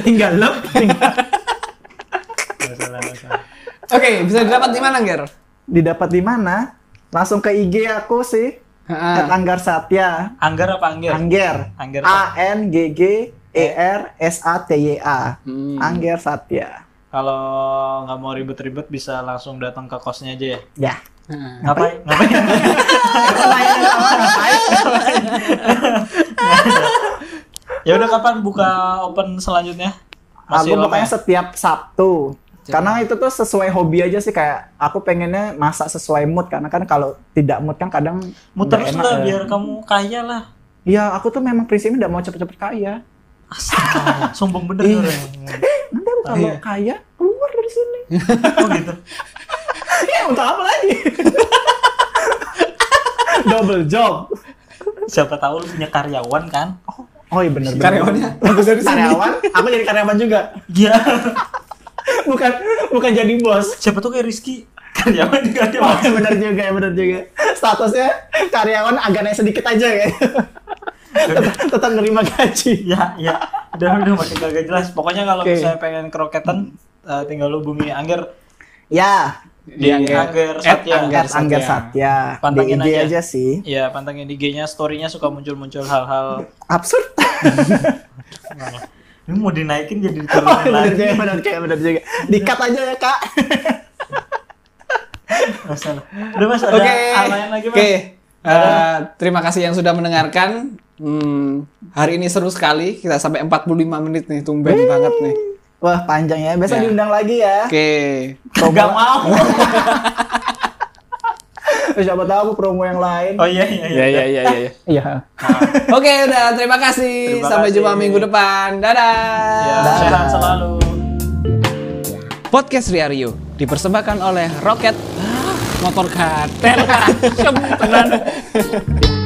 Tinggal lep. tinggal- Nggak salah, nggak salah. Oke, bisa didapat di mana, Ger? Didapat di mana? Langsung ke IG aku sih. Heeh. At Anggar Satya. Anggar apa angger? Angger. Angger. A N G G E R S A T Y A. Hmm. Angger Satya. Kalau nggak mau ribet-ribet bisa langsung datang ke kosnya aja ya. Ya. Heeh. Ngapain? Ngapain? ya udah kapan buka open selanjutnya? Aku lama pokoknya ya? setiap Sabtu. Karena itu tuh sesuai hobi aja sih kayak aku pengennya masak sesuai mood karena kan kalau tidak mood kan kadang muter nggak terus enak lah ya. biar kamu kaya lah. Iya, aku tuh memang prinsipnya tidak mau cepet-cepet kaya. Astaga, sombong bener Iya. orang. Nanti aku kalau Iya. kaya keluar dari sini. Oh gitu. ya untuk apa lagi? Double job. Siapa tahu lu punya karyawan kan? Oh iya bener bener. Karyawannya bagus dari sini. Ya. Karyawan, aku jadi karyawan juga. Iya. bukan bukan jadi bos Siapa tuh kayak Rizky? Karyawan Oh, di karyawan. ya benar juga ya benar juga statusnya karyawan agak naik sedikit aja ya tetap, tetap nerima gaji Ya, ya. Udah, udah makin kagak jelas. Pokoknya kalau Oke. misalnya pengen kroketan, eh, tinggal hubungi Angger. ya Di Angger Ya, Satya. Angger Angger Satya di Pantengin IG aja. aja sih Ya, pantengin IG-nya, story-nya suka muncul-muncul hal-hal. absurd Ini mau dinaikin oh, jadi diturunin benar juga lagi. benar juga benar juga dikat aja ya kak Masalah. Udah mas, ada Oke. hal lain lagi mas? Oke. Eh, terima kasih yang sudah mendengarkan. Hmm, hari ini seru sekali. Kita sampai 45 menit nih, tumben banget nih. wah panjang ya besok Ya. diundang lagi ya Oke. Gak mau. Eh, siapa tahu aku promo yang lain Oh iya, iya, iya. iya iya iya. iya Oke, udah terima kasih. Terima sampai kasih. jumpa minggu depan. Dadah. Ya, sehat selalu. Podcast Riario Ah, dipersembahkan oleh Roket Motor Gatel. Tenan.